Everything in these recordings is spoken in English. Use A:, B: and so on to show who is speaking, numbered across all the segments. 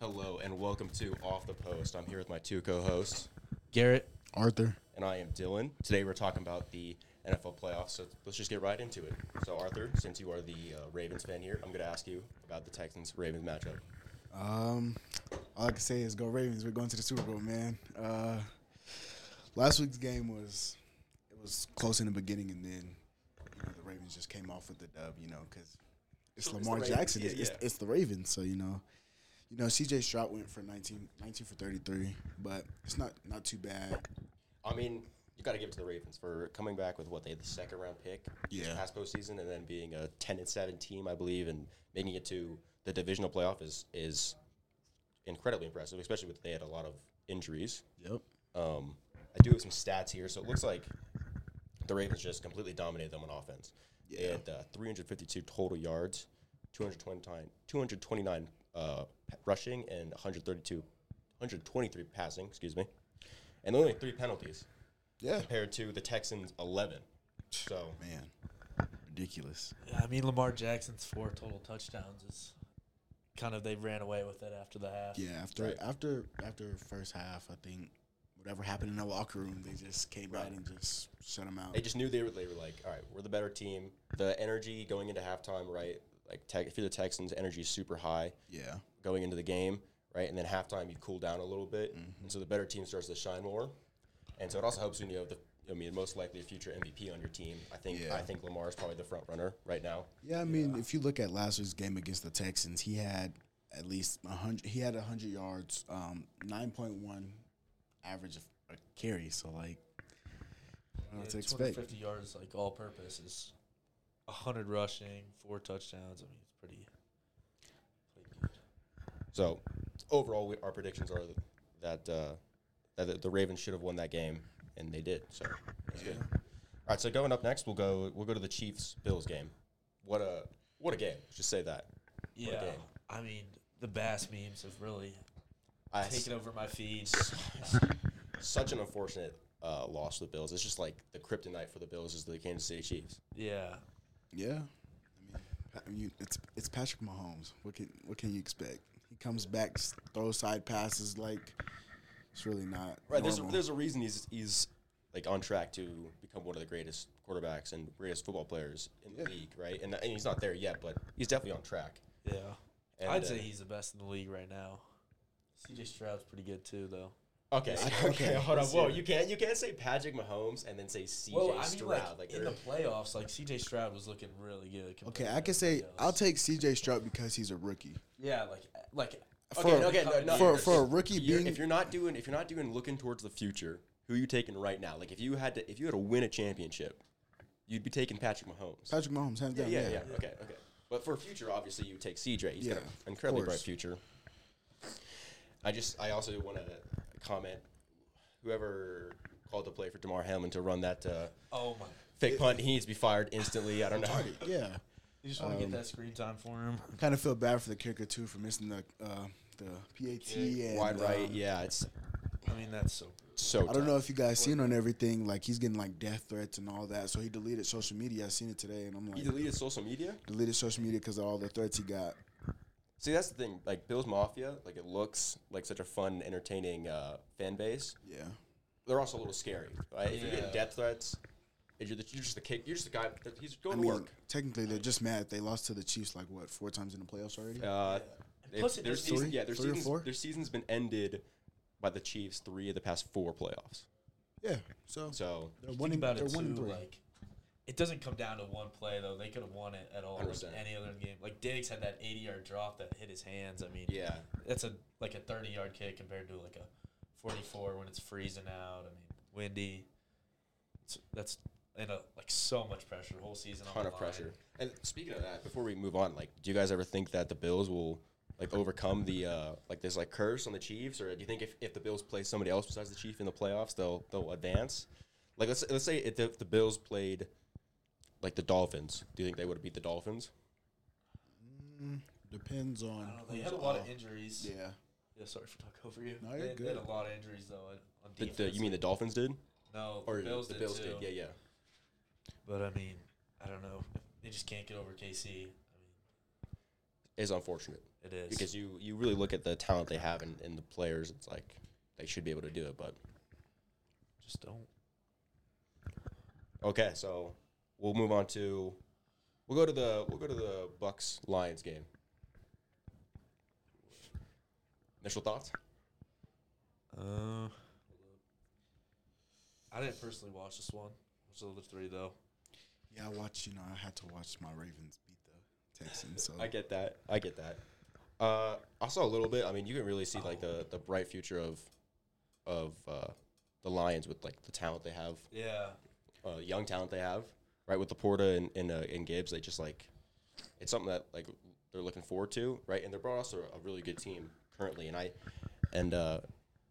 A: Hello and welcome to Off the Post. I'm here with my two co-hosts,
B: Garrett.
C: Arthur.
A: and I am Dylan. Today we're talking about the NFL playoffs, so let's just get right into it. So Arthur, since you are the uh, Ravens fan here, I'm going to ask you about the Texans Ravens matchup.
C: Um, all I can say is go Ravens. We're going to the Super Bowl, man. Uh, last week's game was it was close in the beginning, and then you know, the Ravens just came off with the dub, you know, because it's
A: It's
C: Lamar
A: the Ravens,
C: Jackson.
A: yeah,
C: it's,
A: yeah.
C: It's, it's the Ravens, so you know, you know, C.J. Stroud went for 19, 19 for thirty three, but it's not not too bad.
A: I mean, you got to give it to the Ravens for coming back with what they had the second round pick this
C: Yeah.
A: past postseason, and then being a 10 and 7 team, I believe, and making it to the divisional playoff is is incredibly impressive, especially with they had a lot of injuries.
C: Yep.
A: Um, I do have some stats here. So it looks like the Ravens just completely dominated them on offense. They had uh, 352 total yards, 229, 229 uh, p- rushing, and 132, 123 passing. Excuse me. And only three penalties
C: Yeah.
A: compared to the Texans' 11. So
C: Man, ridiculous.
B: Yeah, I mean Lamar Jackson's four total touchdowns is kind of they ran away with it after the half.
C: Yeah, after
A: Right.
C: after after first half, I think whatever happened in the locker room, they just came out
A: Right.
C: and just shut them out.
A: they just knew they were, they were like, all right, we're the better team. The energy going into halftime, right? Like, tech if you're the Texans, energy is super high.
C: yeah,
A: going into the game, right? And then halftime, you cool down a little bit, and so the better team starts to shine more. And so it also helps when you have the, I mean, most likely a future MVP on your team. I think
C: Yeah.
A: I think Lamar is probably the front runner right now.
C: yeah. I mean, if you look at last week's game against the Texans, he had at least hundred. He had hundred yards, um, nine point one average of a carry. So like, I don't know what to expect.
B: 250 yards, like all purpose, is 100 rushing, four touchdowns. I mean, it's pretty. pretty good.
A: So overall, we, our predictions are that uh, that the- the Ravens should have won that game, and they did. So that's good. All right. So going up next, we'll go we'll go to the Chiefs Bills game. What a what a game! Just say that.
B: Yeah,
A: game.
B: I mean the Bass memes have really
A: I
B: taken over my feed.
A: such an unfortunate uh, loss for the Bills. It's just like the kryptonite for the Bills is the Kansas City Chiefs.
B: yeah,
C: Yeah, I mean, you, it's it's Patrick Mahomes. What can what can you expect? He comes back, s- throws side passes like it's really not
A: Right. There's a,
C: normal.
A: there's a reason he's he's like on track to become one of the greatest quarterbacks and greatest football players in the league, right? And, and he's not there yet, but he's definitely on track.
B: yeah.
A: And,
B: I'd
A: uh,
B: say he's the best in the league right now. CJ Stroud's pretty good too, though.
A: okay.
C: I-
A: Okay,
C: okay,
A: hold on.
C: let's
A: Whoa,
C: hear it.
A: you can't you can't say Patrick Mahomes and then say CJ
B: Well, I mean,
A: Stroud.
B: like,
A: Like,
B: in the playoffs, like CJ Stroud was looking really good.
C: Okay,
B: compared
C: I
B: to
C: can say
B: everybody
C: I'll
B: else.
C: take C.J. Stroud because he's a rookie.
B: Yeah, like like
C: For-
A: okay, okay, no, no,
C: for
A: if-
C: for a rookie
A: you're-
C: being
A: if you're not doing if you're not doing looking towards the future, who are you taking right now? Like if you had to if you had to win a championship, you'd be taking Patrick Mahomes.
C: Patrick Mahomes, hands down.
A: yeah, yeah, yeah. Okay, okay. But for future, obviously, you take CJ. He's
C: Yeah,
A: got an incredibly
C: of
A: bright
C: course.
A: future. I just, I also want to comment. Whoever called the play for Damar Hamlin to run that uh,
B: oh my.
A: fake punt, he needs to be fired instantly. I don't know.
C: Yeah.
B: You just
C: Um,
B: want to get that screen time for him.
C: Kind of feel bad for the kicker too for missing the uh, the PAT and
A: Wide
C: uh,
A: right, yeah, it's
B: I mean, that's so.
A: so.
C: I don't know if you guys seen on everything like he's getting like death threats and all that. So he deleted social media. I seen it today, and I'm
A: He
C: like
A: deleted social media.
C: deleted social media because of all the threats he got.
A: See, that's the thing. Like Bills Mafia, like it looks like such a fun, entertaining uh, fan base.
C: Yeah.
A: They're also a little scary. Right? If you're getting
B: Yeah.
A: death threats, and you're, the, you're just the kick. You're just the guy. that- He's
C: I
A: going to
C: mean,
A: work.
C: technically they're just mad they lost to the Chiefs like what four times in the playoffs already.
A: Uh,
B: Yeah.
A: it's-
B: Plus it
A: their
B: just
A: season,
C: needs-
A: yeah, their
C: three or
A: season's,
C: four?
A: their season's been ended by the Chiefs three of the past four playoffs.
C: Yeah. So,
A: So
C: they're
B: Think
C: winning.
B: about
C: they're
B: it too.
C: winning three.
B: Like, it doesn't come down to one play though. They could have won it at all. Like
A: 100%.
B: any other game. Like Diggs had that 80 yard drop that hit his hands. I mean,
A: yeah,
B: that's a like a 30 yard kick compared to like a 44 when it's freezing out. I mean, windy. It's, that's and a, like so much pressure. Whole season. on
A: ton
B: the
A: of
B: line.
A: pressure. And speaking of that, before we move on, like, do you guys ever think that the Bills will like overcome the uh, like this like curse on the Chiefs, or do you think if, if the Bills play somebody else besides the Chief in the playoffs, they'll they'll advance? Like let's let's say if the, if the Bills played like the Dolphins, do you think they would have beat the Dolphins?
C: Depends
B: I
C: on.
B: don't know. They
C: who's
B: had a lot
C: off.
B: of injuries.
C: Yeah.
B: Yeah, sorry for talking over you.
C: No,
B: they,
C: you're
B: they had
C: good.
B: a lot of injuries though. on- On
A: The,
B: defense.
A: the, you mean the Dolphins did,
B: no?
A: or
B: the Bills
A: the
B: did
A: Bills
B: too.
A: did? Yeah, yeah.
B: But I mean, I don't know. They just can't get over KC. I mean,
A: is unfortunate
B: It is.
A: because you, you really look at the talent they have and, and the players. It's like they should be able to do it, but
B: just don't.
A: okay. So we'll move on to we'll go to the we'll go to the Bucks Lions game. Initial thoughts?
B: Uh, I didn't personally watch this one. Watched the other three though.
C: Yeah, I watched. You know, I had to watch my Ravens beat the Texans. So
A: I get that. I get that. Uh, I saw a little bit. I mean, you can really see like the, the bright future of of uh, the Lions with like the talent they have,
B: Yeah,
A: uh, young talent they have, right? With Laporta and and, uh, and Gibbs, they just like it's something that like they're looking forward to, right? And they're brought also a really good team currently, and I and uh,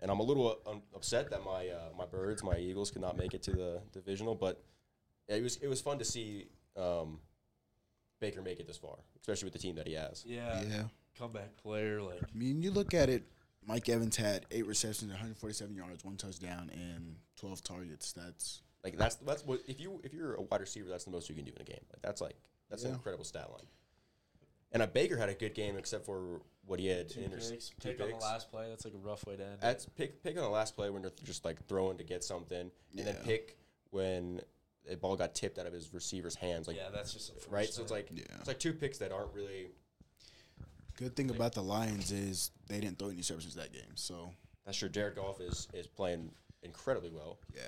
A: and I'm a little uh, um, upset that my uh, my birds, my Eagles, could not make it to the divisional, but it was it was fun to see. Um, Baker make it this far, especially with the team that he has.
B: yeah.
C: yeah.
B: Comeback player, like
C: I mean, you look at it. Mike Evans had eight receptions, 147 yards, one touchdown, and 12 targets. That's
A: Like that's that's what if you if you're a wide receiver, that's the most you can do in a game. Like that's like that's an
C: Yeah.
A: incredible stat line. And a Baker had a good game except for what he had.
B: two
A: an
B: picks,
A: interce- two
B: pick on the
A: picks.
B: last play. That's like a rough way to end.
A: That's pick pick on the last play when they're just like throwing to get something, and then
C: Yeah.
A: pick when the ball got tipped out of his receiver's hands. Like
B: yeah, that's just
A: right, so it's like
C: Yeah.
A: it's like two picks that aren't really.
C: good thing about the Lions is they didn't throw any interceptions that game. So
A: That's sure Jared Goff is is playing incredibly well,
C: yeah,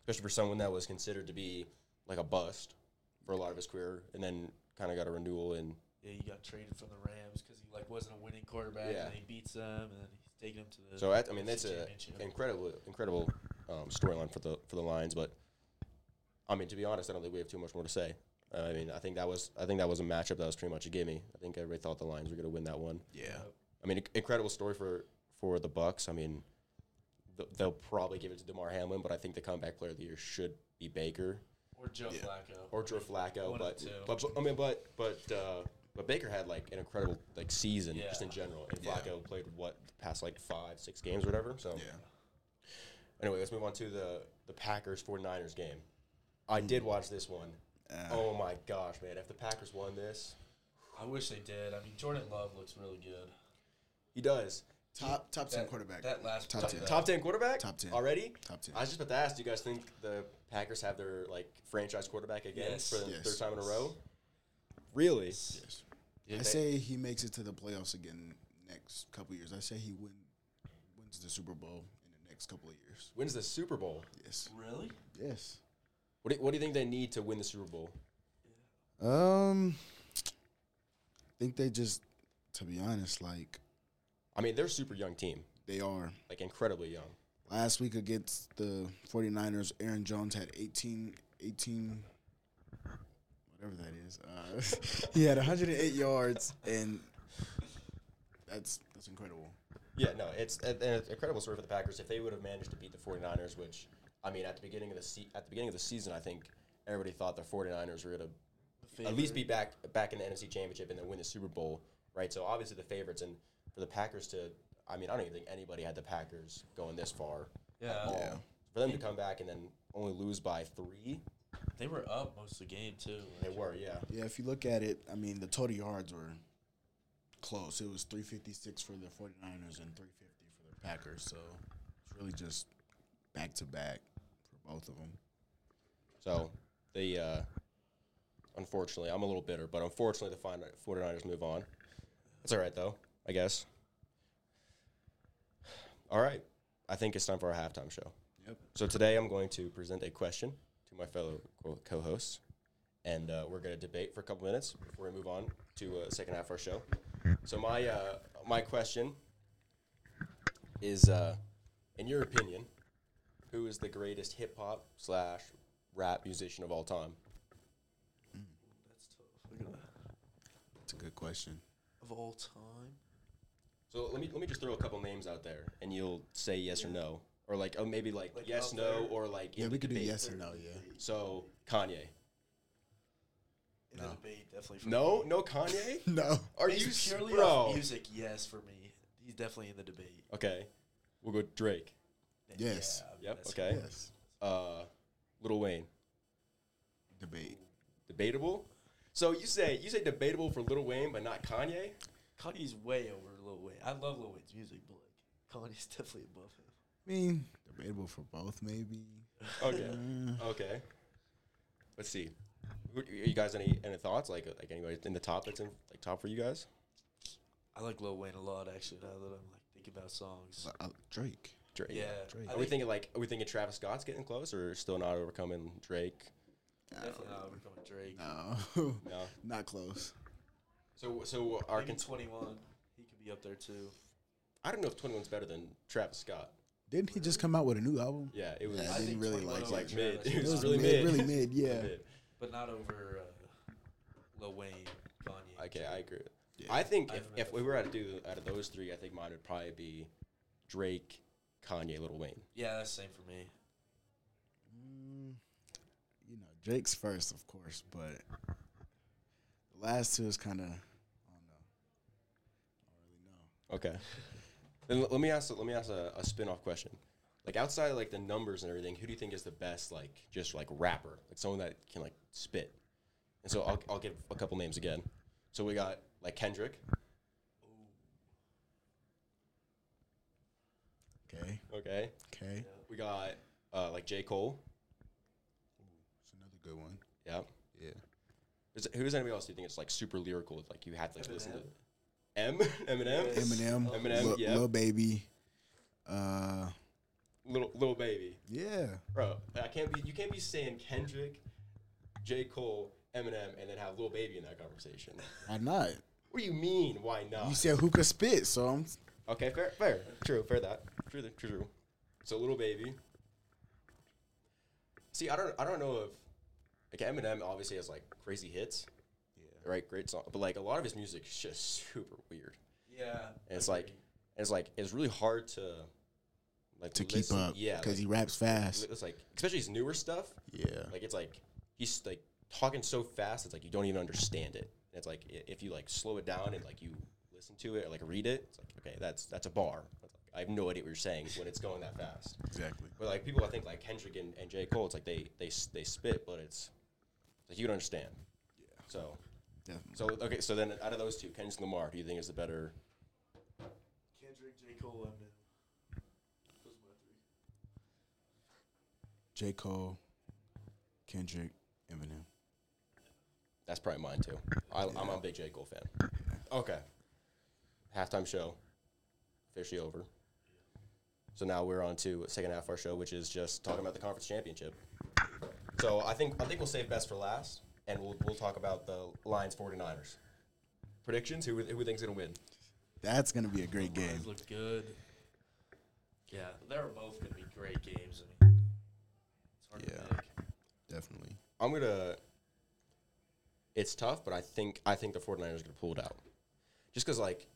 A: especially for someone that was considered to be like a bust for a lot of his career, and then kind of got a renewal and
B: yeah, you got traded from the Rams because he like wasn't a winning quarterback,
A: Yeah.
B: and he beats them, and then he's taking them to the.
A: So that, I mean, that's
B: NFC
A: a
B: championship.
A: incredible, incredible um, storyline for the for the Lions. But I mean, to be honest, I don't think we have too much more to say. Uh, I mean, I think that was I think that was a matchup that was pretty much a gimme. I think everybody thought the Lions were going to win that one.
C: yeah.
A: I mean, inc- incredible story for for the Bucks. I mean, th- they'll probably give it to Demar Hamlin, but I think the comeback player of the year should be Baker
B: or Joe
C: Yeah.
B: Flacco
A: or Joe Flacco.
B: One of
A: But,
B: the two.
A: but but- I mean, but but. Uh, but Baker had like an incredible like season just in
B: Yeah.
A: general, and
C: Yeah.
A: Flacco played what the past like five six games or whatever. So
C: Yeah.
A: Anyway, let's move on to the the Packers 49ers game. I
C: Hmm.
A: did watch this one.
C: Uh,
A: Oh my gosh, man. If the Packers won this,
B: I wish they did. I mean, Jordan Love looks really good.
A: he does.
C: top top ten
B: That,
C: quarterback.
B: That last
C: Top
B: play,
C: ten.
B: though.
A: Top 10 quarterback?
C: Uh, Top 10.
A: Already?
C: top ten.
A: I was just about to ask, do you guys think the Packers have their like franchise quarterback again
B: Yes.
A: for the
C: Yes.
A: third time in a row? Really?
C: yes.
A: You
C: I
A: think-
C: say he makes it to the playoffs again next couple years. I say he win, wins the Super Bowl in the next couple of years.
A: wins the Super Bowl.
C: Yes.
B: Really?
C: Yes.
A: What do, what do you think they need to win the Super Bowl?
C: Um, I think they just, to be honest, like
A: I mean, they're a super young team,
C: they are.
A: like incredibly young.
C: Last week against the 49ers, Aaron Jones had 18, 18 whatever that is. Uh, he had 108 yards, and that's that's incredible.
A: Yeah, no, it's a- an incredible story for the Packers. If they would have managed to beat the 49ers, which I mean, at the beginning of the se- at the beginning of the season, I think everybody thought the 49ers were going to at least be back back in the NFC Championship and then win the Super Bowl, right? So obviously the favorites and for the Packers to I mean, I don't even think anybody had the Packers going this far
B: Yeah.
A: at all. For them to come back and then only lose by 3,
B: They were up most of the game too.
A: they
B: Like,
A: were, yeah.
C: Yeah, if you look at it, I mean, the total yards were close. It was 356 for the 49ers and 350 for the Packers. So it's really just back to back for both of them.
A: So the uh, unfortunately, I'm a little bitter, but unfortunately, the fin- 49ers move on. That's all right though, I guess. All right, I think it's time for our halftime show.
C: Yep.
A: So today I'm going to present a question to my fellow co- co-hosts, and uh, we're going to debate for a couple minutes before we move on to uh, the second half of our show. So my uh, my question is, uh, in your opinion, who is the greatest hip hop slash rap musician of all time?
B: That's tough. Look at that.
C: It's a good question.
B: Of all time.
A: So let me let me just throw a couple names out there, and you'll say yes or no, or like oh maybe like,
B: Like
A: yes
B: out
A: no
B: there?
A: or like in
C: Yeah,
A: the
C: we could do
A: debate.
C: yes and no, yeah.
A: So Kanye.
B: In the debate, definitely. For
A: No,
B: me.
A: no Kanye.
C: No.
A: Are
B: Based
A: you s-
B: purely
A: bro?
B: off music? Yes, for me, he's definitely in the debate.
A: Okay, we'll go Drake.
C: Yes.
B: Yeah, I mean,
A: Yep.
B: that's-
A: Okay.
C: Yes.
A: Uh, Little Wayne.
C: Debate.
A: Debatable. So you say you say debatable for Lil Wayne, but not Kanye.
B: Kanye's way over Lil Wayne. I love Lil Wayne's music, but like Kanye's definitely above him.
C: I mean, debatable for both, maybe.
A: Okay,
C: Uh,
A: okay. Let's see. Who- You guys any any thoughts like like anyway in the top that's in like top for you guys?
B: I like Lil Wayne a lot actually. Now that I'm like thinking about songs.
C: but, uh, Drake.
A: Drake.
B: yeah,
C: Drake.
B: I
A: Are we
B: think
A: thinking like are we thinking Travis Scott's getting close or still not overcoming Drake?
B: definitely not overcoming Drake.
C: No,
A: No.
C: not close.
A: So so
B: Maybe
A: Arkansas.
B: 21, he could be up there too.
A: I don't know if 21's better than Travis Scott.
C: Didn't he just come out with a new album?
A: Yeah, it was
C: Yeah, I
A: it
C: didn't
B: think
C: really
B: 21
C: like
A: was
B: over
A: like mid.
B: Travis
A: It was,
B: Scott,
A: really mid.
C: really mid, yeah.
A: Mid.
B: but not over uh, Lil Wayne, Kanye.
A: Okay, I agree.
C: Yeah.
A: I think
B: I
A: if,
B: haven't
A: if
B: met
A: we were to do out of those three, I think mine would probably be Drake, Kanye, Little Wayne.
B: Yeah, that's the same for me.
C: Mm, you know, Drake's first, of course, but the last two is kind of, I don't know. I
A: Okay. then l- let me ask let me ask a, a spin off question. Like outside of like the numbers and everything, who do you think is the best like just like rapper? Like someone that can like spit. And so I'll I'll give a couple names again. So we got like Kendrick.
C: don't really know. Okay,
A: Okay.
C: okay.
A: We got uh, like J. Cole.
C: It's another good one.
A: Yeah.
C: Yeah.
A: Is, who's anybody else do you think is like super lyrical? Like you have to like, listen to
B: Eminem.
A: M Eminem,
B: Yes.
C: Eminem,
A: Eminem,
C: Lil,
A: yeah.
C: Lil Baby. Uh,
A: little little baby,
C: yeah.
A: bro. I can't be. You can't be saying Kendrick, J Cole, Eminem, and then have little baby in that conversation.
C: Why not?
A: what do you mean? Why
C: You
A: not?
C: said who could spit, so I'm
A: okay, fair, fair, true, fair that, true, th- true, true. So little baby. See, I don't, I don't know if like Eminem obviously has like crazy hits,
B: Yeah.
A: right? Great song, but like a lot of his music is just super weird.
B: Yeah.
A: And it's
B: agree.
A: like it's like it's really hard to like
C: to keep
A: listen-
C: up.
A: Yeah,
C: because
A: like,
C: he raps fast.
A: li- it's like especially his newer stuff.
C: Yeah.
A: Like it's like he's like talking so fast. It's like you don't even understand it. And it's like i- if you like slow it down and like you listen to it or like read it, it's like okay, that's that's a bar. It's like, I have no idea what you're saying when it's going that fast.
C: Exactly.
A: But like people, I think like Kendrick and, and J Cole, it's like they they s- they spit, but it's, it's like you don't understand. Yeah. So
C: Definitely.
A: so okay, so then out of those two, Kendrick and Lamar, who do you think is the better?
B: Kendrick, J. Cole, uh, Eminem. Those are my three.
C: J. Cole, Kendrick, Eminem.
A: That's probably mine too. I, I'm a big J. Cole fan. Okay. Halftime show. Officially over. So now we're on to the second half of our show, which is just talking about the conference championship. So I think I think we'll save best for last, and we'll, we'll talk about the Lions 49ers. Predictions? Who, who thinks going to win?
C: That's gonna be a great
B: Lions
C: game.
B: look good. Yeah, they're both gonna be great games. I mean, it's hard
C: Yeah.
B: to pick.
C: Definitely.
A: I'm going to. It's tough, but I think I think the 49ers are going to pull it out. Just because, like,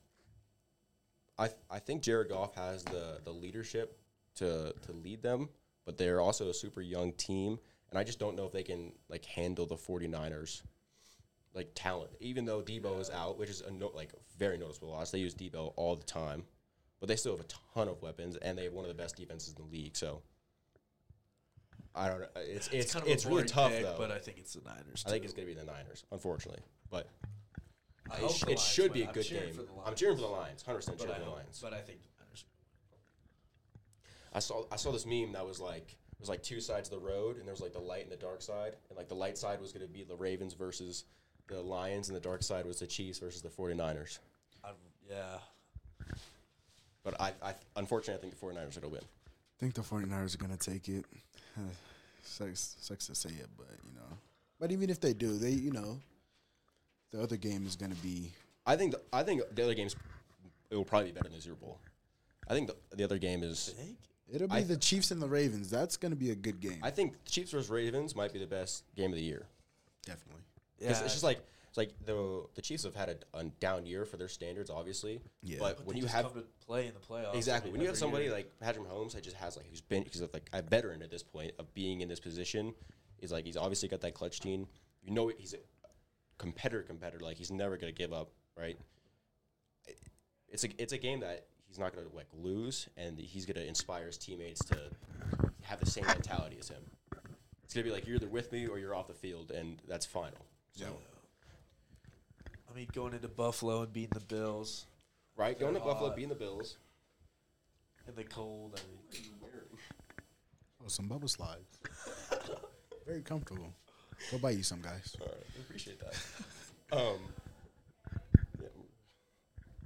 A: I I think Jared Goff has the the leadership to to lead them, but they're also a super young team, and I just don't know if they can like handle the 49ers like talent. Even though Debo is out, which is a no, like very noticeable loss, they use Debo all the time, but they still have a ton of weapons, and they have one of the best defenses in the league. So I don't know. It's it's it's,
B: kind of a
A: really
B: boring
A: tough
B: pick,
A: though.
B: But I think it's the Niners.
A: I think
B: too.
A: it's gonna be the Niners, unfortunately, but.
B: I
A: It,
B: hope
A: sh-
B: the
A: it
B: Lions
A: should be
B: win.
A: a
B: I'm
A: good
B: cheering
A: game.
B: for the
A: I'm
B: Lions,
A: cheering for the Lions. Hundred percent
B: But
A: cheering
B: I,
A: for the
B: hope,
A: Lions.
B: but I think the Niners.
A: I saw I saw this meme that was like it was like two sides of the road, and there was like the light and the dark side, and like the light side was going to be the Ravens versus the Lions, and the dark side was the Chiefs versus the 49ers.
B: I, yeah,
A: But I, I unfortunately I think the 49ers are going to win.
C: I think the 49ers are gonna take it. sucks, sucks to say it, but you know. But even if they do, they you know, the other game is gonna be
A: I think the, I think the other games it will probably be better than the Super Bowl. I think the, the other game is
B: think
C: it'll be
A: I-
C: the Chiefs and the Ravens. That's gonna be a good game.
A: I think Chiefs versus Ravens might be the best game of the year.
C: Definitely.
B: yeah.
A: Because it's just like it's like the the Chiefs have had a, a down year for their standards, obviously.
C: Yeah.
A: But,
B: but
A: when
B: they
A: you
B: just
A: have
B: come to play in the playoffs, I
A: exactly
B: mean,
A: when you have
B: every
A: somebody
B: year.
A: like Patrick Mahomes, that just has like who's been because like a veteran at this point of being in this position is like he's obviously got that clutch team. You know he's a competitor, competitor. Like he's never gonna give up, right? It- It's a it's a game that he's not gonna like lose, and he's gonna inspire his teammates to have the same mentality as him. It's gonna be like you're either with me or you're off the field, and that's final. So.
B: I mean, going into Buffalo and beating the Bills
A: Right, going to Buffalo,
B: hot.
A: beating the Bills.
B: in the cold. I mean,
C: Oh, some bubble slides. Very comfortable. Go buy you some, guys.
A: All right, I appreciate that. um,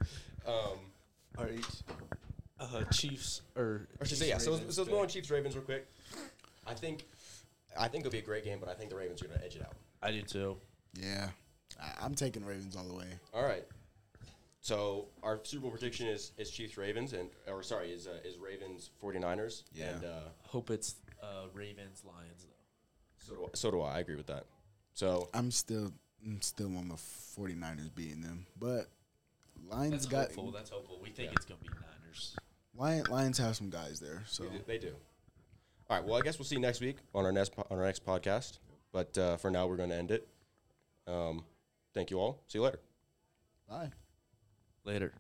A: yeah. um,
B: are each uh, Chiefs or
A: or should I
B: Chiefs
A: say yeah. So,
B: Ravens,
A: so let's
B: but
A: go on Chiefs Ravens real quick. I think, I think it'll be a great game, but I think the Ravens are going to edge it out.
B: I do too.
C: Yeah. I, I'm taking Ravens all the way.
A: All right. So our Super Bowl prediction is, is Chiefs Ravens and or sorry is uh, is Ravens 49ers
C: Yeah.
A: and uh,
B: Hope it's uh, Ravens Lions though.
A: so do I, so do I. I agree with that. So
C: I'm still I'm still on the 49ers beating them. But Lions
B: That's
C: got
B: hopeful. That's hopeful. We think
A: Yeah.
B: it's gonna be Niners.
C: Lion, Lions have some guys there. So
A: they do- they do. All right. Well, I guess we'll see you next week on our next po- on our next podcast. But uh, for now, we're going to end it. Um, thank you all. See you later.
C: bye.
B: Later.